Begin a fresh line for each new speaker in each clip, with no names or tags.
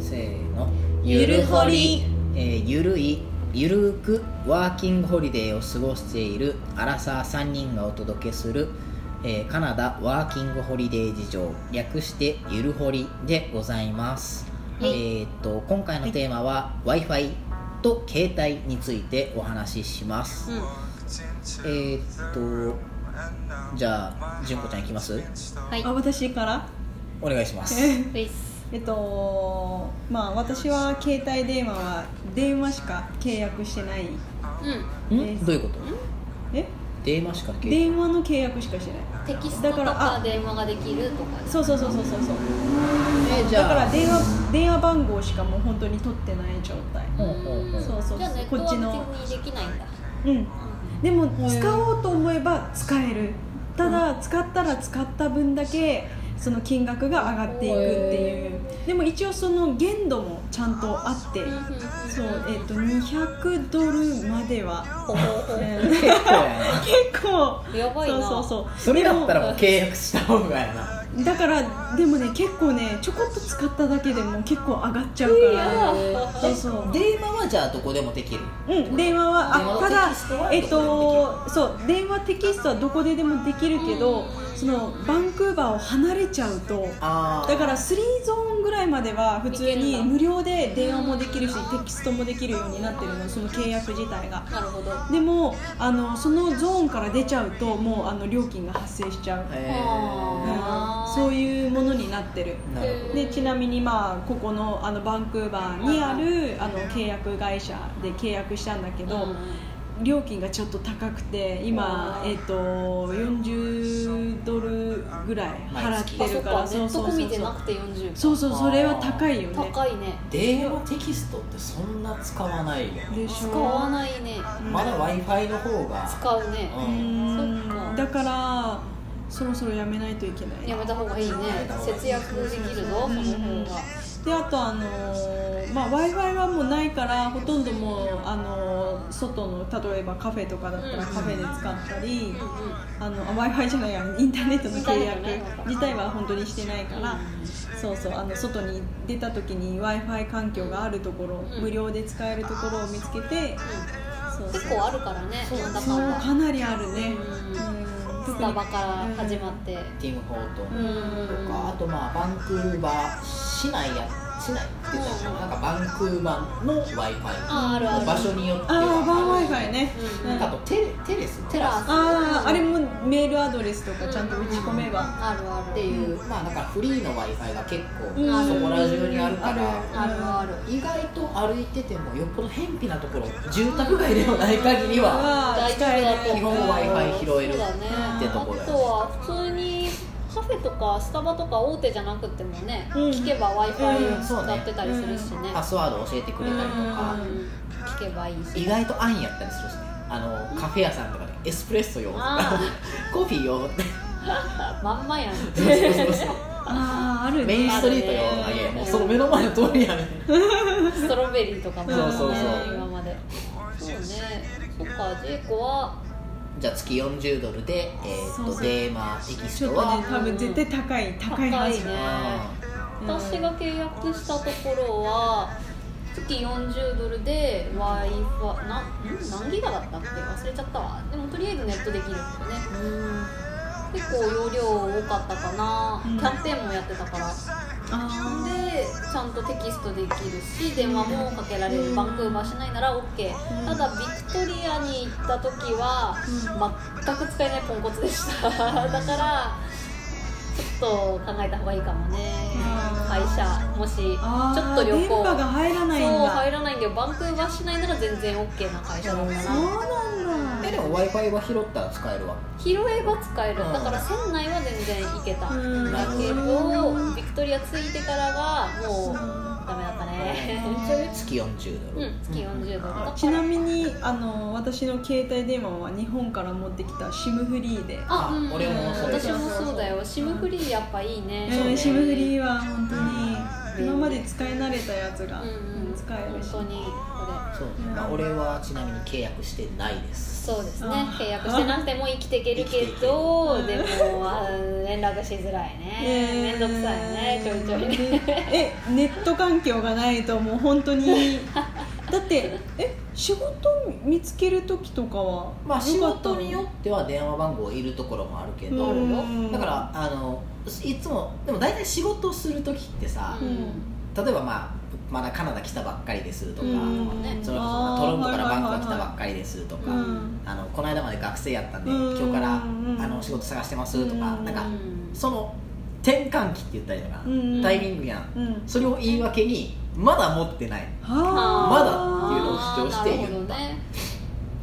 せーの
ゆるほり、
えーゆるいゆるーくワーキングホリデーを過ごしているアラサー3人がお届けする、えーカナダワーキングホリデー事情略してゆるほりでございます、
はい
えーっと今回のテーマは w i f i と携帯についてお話しします、
うん、
えーっとじゃあ純子ちゃんいきます
はい
あ私から
お願いします
ういっす
えっとまあ私は携帯電話は電話しか契約してない
うん
んどういうこと
え
電話しか携
電話の契約しかしてない
テキストと
だから
か
あ
電話ができるとか
そうそうそうそうそうそう
えーじ
だ
ゃあ
から電話電話番号しかもう本当に取ってない状態
ほうほうほう
そうそう
じゃあネット
こっちの
は別にできないんだ
うんでも使おうと思えば使えるただ使ったら使った分だけその金額が上がっていくっていうでも一応その限度もちゃんとあってそうえっ、と200ドルまでは、
ほほほ
うん
結構やな
結構
やばい
そう
な
そうそう
それだったらも
でも
う契約した方がやな
でもだからでもね結構ねちょこっと使っただけでも結構上がっちゃうからそうそう
電話はじゃあどこでもできる
うん、電話は
電話の
あ
テ
た
キスト
だ
は
えっとそう電話テキストはどこででもできるけど、そのバンクーバーを離れちゃうと
あ
だから3ゾーンぐらいまでは普通
いける
に
んだ
無料で電話もできるしテキストもできるようになってるのその契約自体が
なるほど
でもあのそのゾーンから出ちゃうともうあの料金が発生しちゃう、
へ
あ
う
ー
ん、そういうものになってる
ーなるほ
でちなみにまあここのあのバンクーバーにあるあの契約会社で契約したんだけど、
うん
料金がちょっと高くて今、
うん
えっと40ドルぐらい払
あ
って
そ
る
っ
から
かネット込みでなくて40か
そうそうそれは高いよね
高いね
ど電話テキストってそんな使わないよ
でし
使
ょ
わないね
まだ w i f i の方が
使うね
う
うんん
そっか
だからそろそろやめないといけない
やめた方がいいね節約できるぞその方が
であとあのーまあ w i f i はもうないからほとんどもう、あのー外の例えばカフェとかだったらカフェで使ったり、
うんうん
あの w i f i じゃないやインターネットの契約
インターネットね
自体は本当にしてないから、そうそうあの外に出た時に w i f i 環境があるところ、
うん
無料で使えるところを見つけて、そうそう
結構あるからねなんだ
そう
か
か
んだ
なりあるね、
うん
うん
スタバから始まって
ティム・ホートン
うん
とかあとまあバンクーバー市内や市内って言ったらいいのかななんかバンクーバーの w i f
ああるあ
i
る
場所によって
ああバン w i
は
f i ね、
うん
なんかあとテレテレス
テラス
あああれもメールアドレスとかちゃんと打ち込めば、
あるある
っていうまあだからフリーの w i f i が結
う
構
ん
そこら中にあるから
あるある
意外と歩いててもよっぽど偏僻なところ住宅街でもない限りは
は
大丈
使え
夫だ
る
と
基本 Wi-Fi 拾える
そうだね
ってとこだよ
あとは普通にカフェとかスタバとか大手じゃなくてもね、
うん
聞けば w i f
うん
i
そうね
使ってたりするしね、
パスワード教えてくれたりとか
う
聞けばいいし
意外と安やったりするしねあのカフェ屋さんとかでエスプレッソ用とか
あ
コーヒー用って
まんまやん
そうそうそう
ああある
メイン
ね
ストリート用
ある
い
ね
やもうその目の前の通りやね
ストロベリーとかもあるね
そうそうそう
今までそうねそっかジェイコは
じゃあ月40ドルでえー
そう
っ
そ
と
う
デーマテキ
ち
ス
ょっ
ト
と
は
ね多分絶対高い高い
高
はいず
ね
うん
私が契約したところは月40ドルで w i f i 何ギガだったっけ忘れちゃったわでもとりあえずネットできるんだよね結構容量多かったかな、
うん
キャンペーンもやってたから
あー
でちゃんとテキストできるし電話もかけられる、バンクーバーしないなら OK、ただビクトリアに行った時は、全く使えないポンコツでし ただからちょっと考えた方がいいかもね
あー
会社もしちょ
あー
っと旅
電
行
波が入らないんだ
そう入らないんだよバンクーバーしないなら全然 OK な会社だった
そう
な
な
え
んだ
でも w i f i は拾ったら使えるわ
拾えば使えるだから船内は全然行けた、
うん
だけどビクトリア着いてからがもうダメだったね
それ月40ド
う
ル
ん月40ドルだから
ちなみにあの私の携帯電話は日本から持ってきた SIM フリーで
あ、うん、
俺もそう
私もそうだよシムフリーやっぱいいね、
SIM フリーは本当に
うん
今まで使い慣れたやつが、
うんうん、
使えるし
本当にこれ
そう、まあ、俺はちなみに契約してないです
そうですね
あー
契約してなくても生きていけるけど
生き
で
ていけ
もあー連絡しづらいね面倒くさいねちょいちょいね
ねえネット環境がないともう本当にだってえ仕事見つける時とかは
まあ仕
よかった
事
の
によっては電話番号いるところもあるけど、
うん
だからあのいつもでも大体仕事をする時ってさ、
うん
例えばまあまだカナダ来たばっかりですとか、
うん
ね
それこそトロントからバンコク来たばっかりですとか、
うん
あのこの間まで学生やったんで、
うん
今日からあ
うん
の仕事探してますとか、
うん
なん
う
か
ん
その転換期って言ったりとか、
うん
タイミングやん
うん
それを言い訳にまだ持ってない
はあ
まだっていうのを主張して言った
あ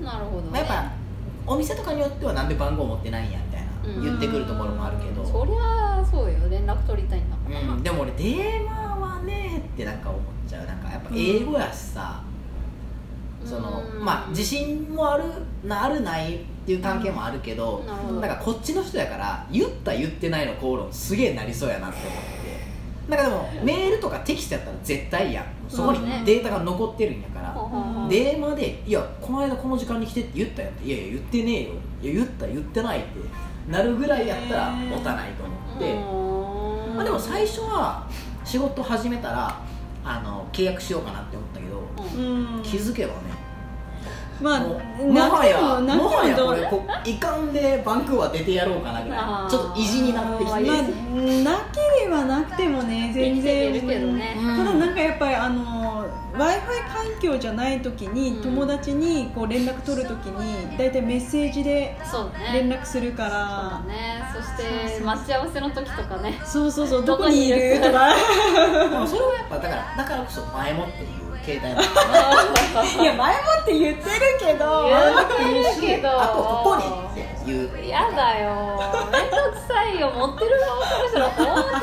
ーなるほどねなるほど、ね、
やっぱお店とかによってはなんで番号持ってないんやみたいな、
うん
言ってくるところもあるけど、
そりゃあそうよ連絡取りたいんだから、
うん、でも俺電話はねってなんか思っちゃうなんかやっぱ英語やしさ、その
うん
まあ自信もあるなあるないっていう関係もあるけど、
なるほど
なんかこっちの人やから言った言ってないの口論すげえなりそうやなって思ってなんかでもメールとかテキストやったら絶対やんそこに
そうね
データが残ってるんやから、
ほうほうほう
電話で「いやこの間この時間に来て」って言ったよって「いやいや言ってねえよ」いや「言った言ってない」ってなるぐらいやったら
へえ
持たないと思って、
うん
まあ、でも最初は仕事始めたらあの契約しようかなって思ったけど、
うん
うん
気づけばね、
まあ
もうもは
泣
や
くも泣
もはや
くもど
こ
う
れこいかんでバンクーバー出てやろうかなぐら
あー
いちょっと意地になってき
まあ
て、
いい
まあ、
です
なければなくてもね全然
生きていけるけどね
うん
ただなんかやっぱりあの w i f i 環境じゃない時
う
に
ん
友達にこう連絡取る時に大体メッセージで
そうね
連絡するか
そうだ
ら、
ねそして待ち合わせの時とか ね
そうそうそうどこにいるとか
でもそれはやっぱだからだからこそ前もっていう携帯も
いや前もって言ってるけど
言うけど
あとここにっていう
やだよ面倒くさいよ持ってる側からしたら本当に連絡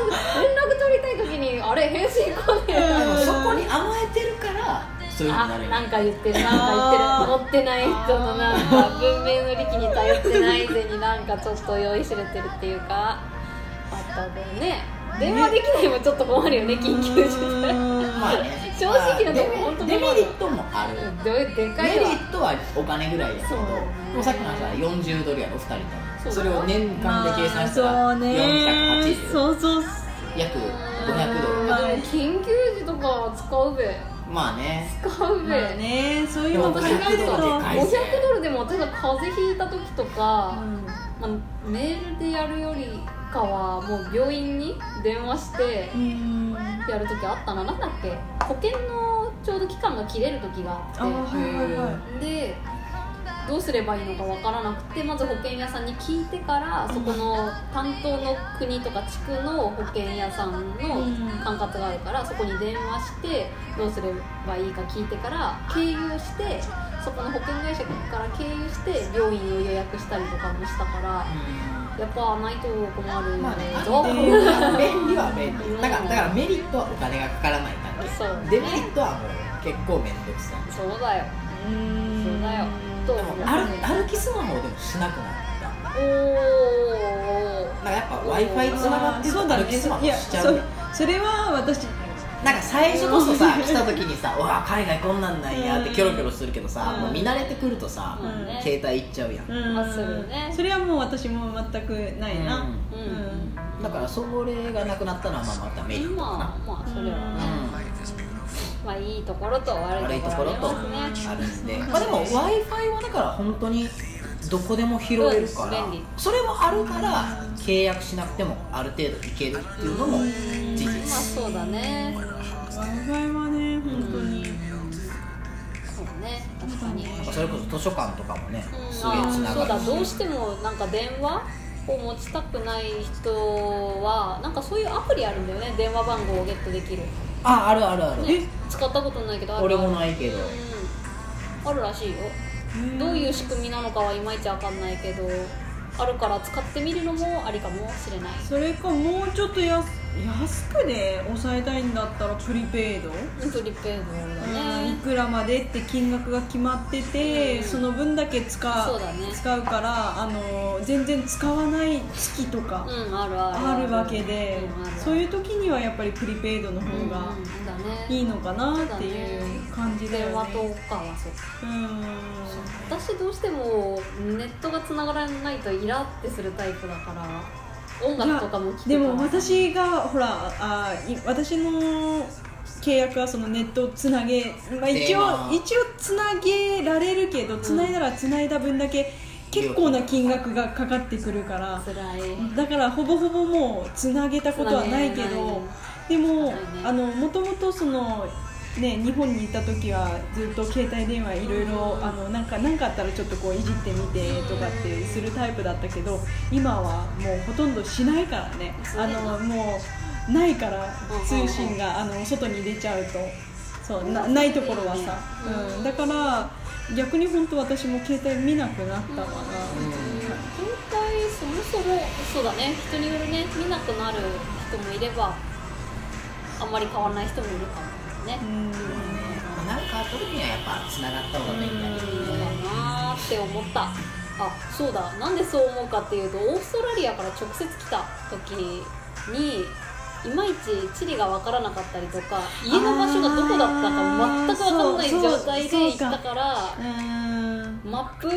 取りたい時にあれ返信来ねえ
でも
な
そこに甘えてるからそういうふうにな
あ
るんや
なんか言ってるなんか言ってる持ってない人のなんか文明の力に頼ってないぜになんかちょっと酔いしれてるっていうかあった分ね電話できないもちょっと困るよね緊急事態
まあね
正直なとこ
まあ
本当
デメ
困る
デメリットもある
うんどういうでか
メ
い
リ
わ
ットはお金ぐらいやけ
そ
ど
うだね
でもさっきの話は40ドルやろ2人
そ
と
う
それを年間で計算した
ま
ら
あそうね
480
そうそう
約
う
500
ん
ドル
まあでも緊急時とかは使うべ
まあね
使うべ、
まあねそういうの考
でも
える
500
ドルでかい
と
500ドルでも私が風邪ひいた時とか、
うん
まあ、メールでやるよりかはもう病院に電話して
うんあ
やる時あったななんだっけ保険のちょうど期間が切れる時が
ー
あっ
はいはいはい
てでどうすればいいのかわからなくてまず保険屋さんに聞いてからそこの担当の国とか地区の保険屋さんの管轄があるからそこに電話してどうすればいいか聞いてから経由してそこの保険会社から経由して病院を予約したりとかもしたからやっぱないと困る
まあね
ぞ、
便利は便利だからだからメリットはお金がかからない関
そう
係デメリットはもう結構面倒くさい
そうだよ
うん
そうだよと
でも歩歩きスマホでもしなくなった
おー
なんかやっぱ w i f i つながってる
そ
と
うだ
歩
ね
きスマホ
いや
しちゃう
そ
やん
それは私
なんか最初こそさ来た時に さ「うわ海外こんなんなんや」ってキョロキョロするけどさ
うん
もう見慣れてくるとさ
まあね
携帯いっちゃうやん
うん
あそうよね
それはもう私も全くないな、
うん
う
うん
ん
だからそれがなくなったのはまあまたメリットか
ま
な
あまあそれはね、まあいいところと悪
悪
い
い
と
と
こ
ころ
ろあり
と
ます
あ
ね
るんでまあでも w i f i はだから本当にどこでも拾えるから
うん便利
それもあるから契約しなくてもある程度いけるっていうのも事
まあ
実
そうだね
w i f i はね本当に、
そうね確かに、うん、
それこそ図書館とかもねすげえつ
あ
な
そう
が
だ
るし
どうしてもなんか電話を持ちたくない人はなんかそういうアプリあるんだよね電話番号をゲットできる
ああるあるある
ね使ったことないけどある
俺もないけど
うんあるらしいよどういう仕組みなのかはいまいちわかんないけどあるから使ってみるのもありかもしれない
それかもうちょっと安安くで抑えたいんだったらプリペイド、
プリペイドだ
うんい
ね
くらまでって金額が決まってて、その分だけ使
そう
う
だね
使うからあの全然使わない月とか
うんあるある
あるわけで、そういう時にはやっぱりプリペイドの方
の
が
だね
いいのかなっていう感じだよ
電話
ね。
とかはそうか
うん
私どうしてもネットが繋がらないとイラってするタイプだから音楽とかも聞くから
でも私がほらあい私の契約はそのネットをつなげ、まあ、一
でまあ
応一応つなげられるけどつないだらつないだ分だけ結構な金額がかかってくるから
辛い
だからほぼほぼもうつなげたことはないけ
つなげない
どでも
ね
あのもともとその。ね、日本にいた時はずっと携帯電話いろいろあのなんかなんかあったらちょっとこういじってみてとかってするタイプだったけど今はもうほとんどしないからね
そう
あ
ね
のもうないから
う
通
ん
信があの外に出ちゃうとそうなないところはさ、
うん
うん、だから逆に本当私も携帯見なくなったかな、
携帯そもそもそうだね人によるね見なくなる人もいればあんまり変わらない人もいるかもね、
う
な
ん
んかあった時にはやっぱつながった方がいいんだ
うん
ね
そうだなーって思ったあそうだなんでそう思うかっていうとオーストラリアから直接来た時にいまいち地理が分からなかったりとか家の場所がどこだったか全く分からない
あーそう
状態で行ったから
うん
マップ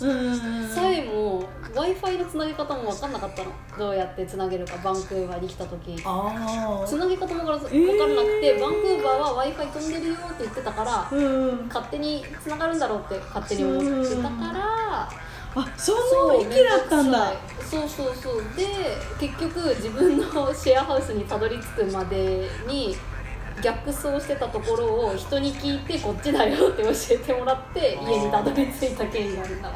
うん
さえも w i f i のつなげ方も分かんなかったのどうやってつなげるかバンクーバーに来た時
あ
つなげ方も分からなくて、
えー
バンクーバーは w i f i 飛んでるよって言ってたから
うん、
勝手につながるんだろうって勝手に思ってたから
あそんな域だったんだ
そうそうそうで結局自分のシェアハウスにたどり着くまでに逆走してたところを人に聞いてこっちだよって教えてもらって家にたどり着いた経緯があるか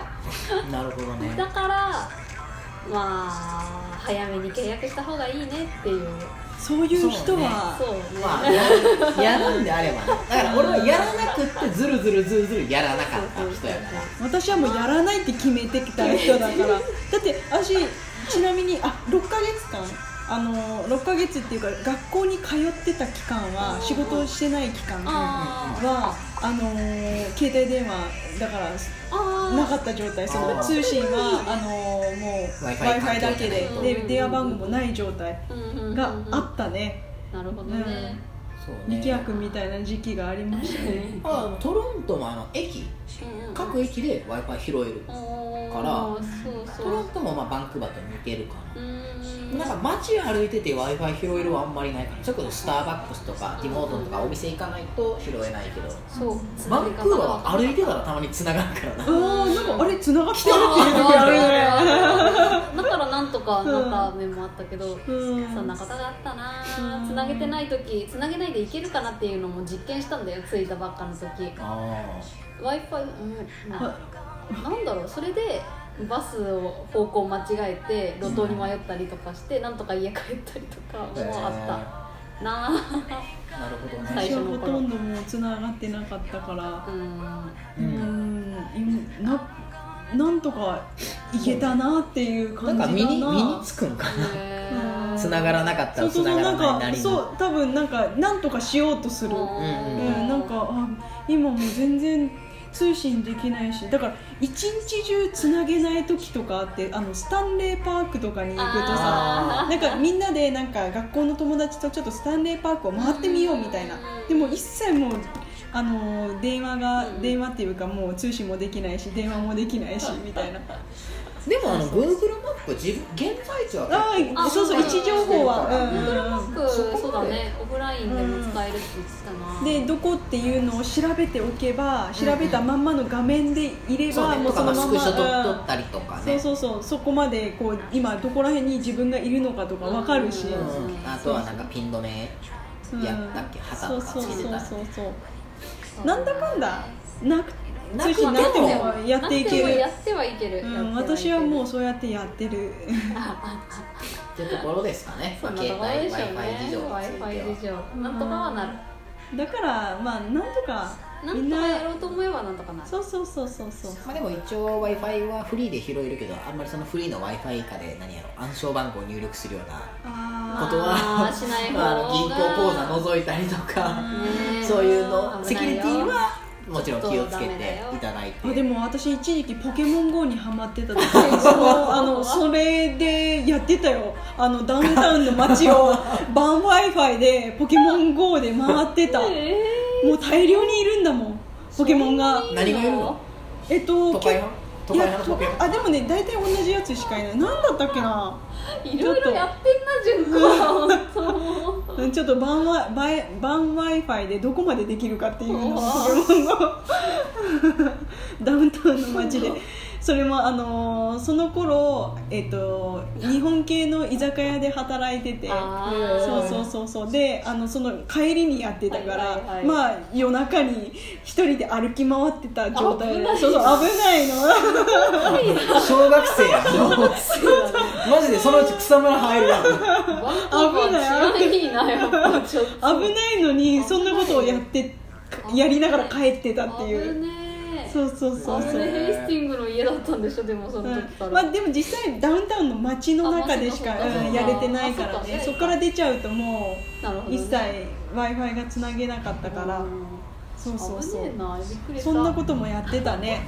ら
なるほどね
だからまあ早めに契約した方がいいねっていう
そういう人は
そうね
まあややる んであればねだから俺はやらなくってずるずるずるずるやらなかった人やから
私はもうやらないって決めてきた人だからだって私ちなみにあ6ヶ月間あの6ヶ月っていうか学校に通ってた期間
う
は
ん
仕事をしてない期間は
あー
あのー携帯電話だから
あー
なかった状態その
あー
通信はあのーも
Wi-Fi
う w i f i だけで
うん
で電話番号もない状態
うんうんうんうん
があったね
なるほどね、
そうね
力也君みたいな時期がありましたね
あトロントもあの駅
うんうん
各駅で w i f i 拾える
おーそう
ト
そ
ロ
う
ントもまあバンクーバーと似てるか
う
な、
ーん
なんか街歩いてて w i f i 拾えるはあんまりないからちょっとスターバックスとかディモートンとかお店行かないと拾えないけど
そう
バンクーバーは歩いてたらたまに繋がるからな
あーなんかあれ繋がってるっていう時あるね
あーだからなんとかなんか面もあったけど、
うん
そんな方があったな
うん
つなげてない時つなげないでいけるかなっていうのも実験したんだよ着いたばっかの時 w
あ
i f i うんななんだろうそれでバスを方向間違えて路頭に迷ったりとかしてなんとか家帰ったりとかもあったな
たな
あ
るほどね、
最
私
初
は
の
ほ
頃
とんどもう繋がってなかったから
うん
う
うん
んななんとかいけたなっていう
な
感
ん
じ
か
だな
身に身につくんか
へー
な繋がらなかった
そう
ら繋
そうそう
が
な
ら
ん
ないな
か
り
そ
の
う多分なんかなんとかしようとする、うん
ん
なんかあ今もう全然通信できないしだから一日中つなげない時とかあってあのスタンレーパークとかに行くとさ
あー
なんかみんなでなんか学校の友達とちょっとスタンレーパークを回ってみようみたいなでも一切もうあのー電話が
うん
電話っていうかもう通信もできないし電話もできないしみたいな
でもあの Google マップ自分現在地は
あ
結構
あそうそう位置情報は
うん
うんうん
そうそうだねオフラインでも使えるって言ってたな、
うんでどこっていうのを調べておけば調べたまんまの画面でいれ
そう
ば
ね
も
と
うそ
かま
の
あス
まんま
クショ撮
う
撮ったりとか
んそ
ね
うそうそうそこまでこう今どこら辺に自分がいるのかとかわかるし
うん
うん
そう
あとはなんかピン止め
うん
やったっけ旗
そ
と
う
か
そう
つ
そう
けて
そう
た
そうなんだかんだなく
な
通
くても
信なくてもやっていけ
なくてもや
る、
ってはいける、
うん、私はもう
う
そうやってやって る
ってところですかね
そんなところでしょうね w i f i 事情なんとかはなる
だからまあなんとか
な
み
ん
ん
とか
な
やろうと思えばなんとかなる
そうそうそうそうそう
まあ、でも一応 w i f i はフリーで拾えるけどあんまりそのフリーの w i f i 以下で何やろ暗証番号を入力するような
あ
ことは
あーしない方
ま
が
あ、銀行口座覗いたりとか、
ね
そういうの
危
セキュ
ない
リ
よ
ティはもちろん気をつけ
ちょっとダメ
て
だよ
いただいて
あでも私一時期ポケモン GO にハマってた時 そうあのそれでやってたよあのダウンタウンの街 をバン w i f i でポケモン GO で回ってたも
え
う大量にいるんだもんポケモンが
ー
何がいるの
えっと
都会の都
い
会
や
の
と
ポケモン
あでもね大体同じやつしかいない何だったっけない
ろいろやってんな純子は 本当
ちょっとバンワバイバン Wi-Fi でどこまでできるかっていうのを
お
ポケモンの ダウンタウンの街でそれもあのーその頃えっ、と日本系の居酒屋で働いてて
あ
ー
そうそうそうそうであのその帰りにやってたから、
はいはいはい
まあ夜中に一人で歩き回ってた状態
危
で
ない
そうそう危ないの
小学生やんマジでそのうち草むら入るやん
危ないいなやっぱちょっと
危ないのにそんなことをやってや りながら帰ってたっていう。
危ねえ
そうそうそう
危
そう
ねえヘイスティングの家だったんでしょでもその時から、
まあ、でも実際ダウンタウンの街の中でしか
あまあそっかそっか
うんやれてないから
あそっ
ね
か
そこから出ちゃうとも
なるほど
う
ね
一切 w i f i がつなげなかったからそうそう
危
そ
ねえ
う
なびっくりした
そんなこともやってたね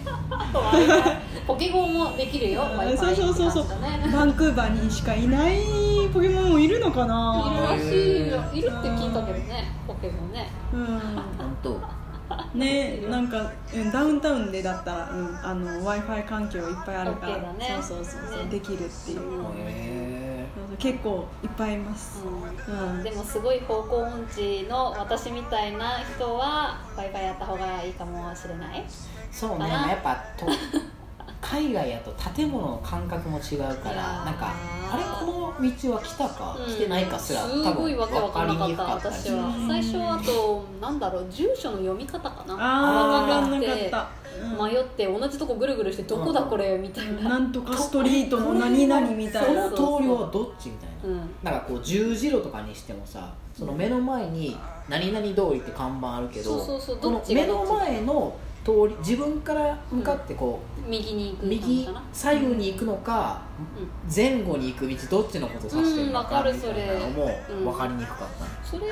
ポケゴンもできるよ w i
う
f
ん
i
そうそうそうそうバンクーバーにしかいないポケモンもいるのか
いる
な
らしいよいるって聞いたけどねポケモンね
うん
本当
ねなんか、うん、ダウンタウンでだったら、うん、あの w i f i 環境いっぱいあるから、
OK だね
そうそうそうそう、
ね
できるっていう
う
そうん
へ
そう結構いっぱいいます、うん
でもすごい方向音痴の私みたいな人は w i f i やった方がいいかもしれない
ーそうね
かな
まあやっぱと海外やと建物の感覚も違うか
い
ら
やー
なんかあれこの道は来たか、
うん
来てないかすら
すごいわけわかんなかった
り
私
する
は
うん
最初はあとなんだろう住所の読み方かな
ああ
あー
分かんなかった、うん
迷って同じとこぐるぐるしてどこだこれみたいな
なんとかストリートの何々みた
そ
い
の
な
通りはどっちみたいな、
うん
なんかこう十字路とかにしてもさその目の前に「何々通り」って看板あるけど
そうそうそう
こ
どっ
の
ちが
目
どっ
の
ち
前の通り自分から向かってこ
右に行
う、
く
右
かな
左右に行くのか、前後に行く道どっちのこと指してるの
うんわかる
みたいなのも
それうん
分かりにくかった、
それ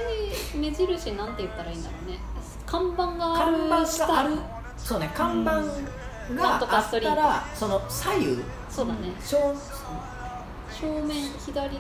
目印なんて言ったらいいんだろうね看板がある
看板があるそうね看板
なん
が
とか
あ
ス
った
トリート
らその左右
そうだね
正
正面左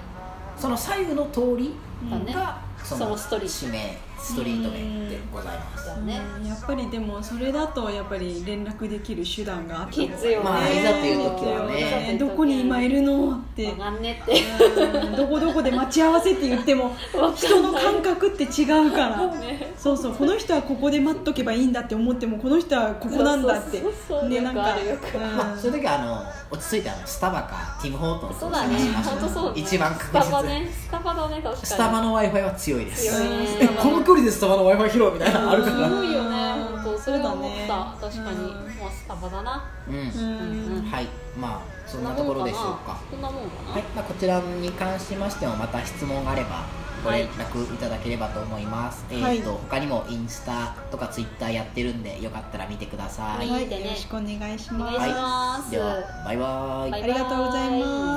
その左右の通り
だね
が、そ
その
の
ストリート
地名ストリート名でございます
だね
うんやっぱりでもそれだとやっぱり連絡できる手段があった
キッズよね、
まあいざという時はね
ねどこに今いるのって
わかんねって
うんどこどこで待ち合わせって言っても人の感覚って違うから
ね
そうそうこの人はここで待っとけばいいんだって思ってもこの人はここなんだって
そうそうそう
ね
よ
なん
く
か
あるよく
うん
まあ、そういう時はあの落ち着いてあのスタバかティム・ホートン
そう
を
だ
探
ね
しましょ
本当そうね
一番
ス
確
タ
実
バねスタバだね確かに
スタバの w i f i は強いです
強いね
えこの距離でスタバの w i f i 拾うみたいなのあるか
す
ら
ごいよね
うん
本当それは思っ
そう
た
だね
確かに
うん
もうスタバだな
うん
うん
はいまあそんなところでしょうか
そんなもんかな
はい、まあ、こちらに関しましてもまた質問があればご連絡いただければと思います、
はい
えっと他にもインスタとかツイッターやってるんでよかったら見てください、
はい
はいよろしくお願いしま
お願いし
す
ます
ではバイバイ
バイ
ありがとうございます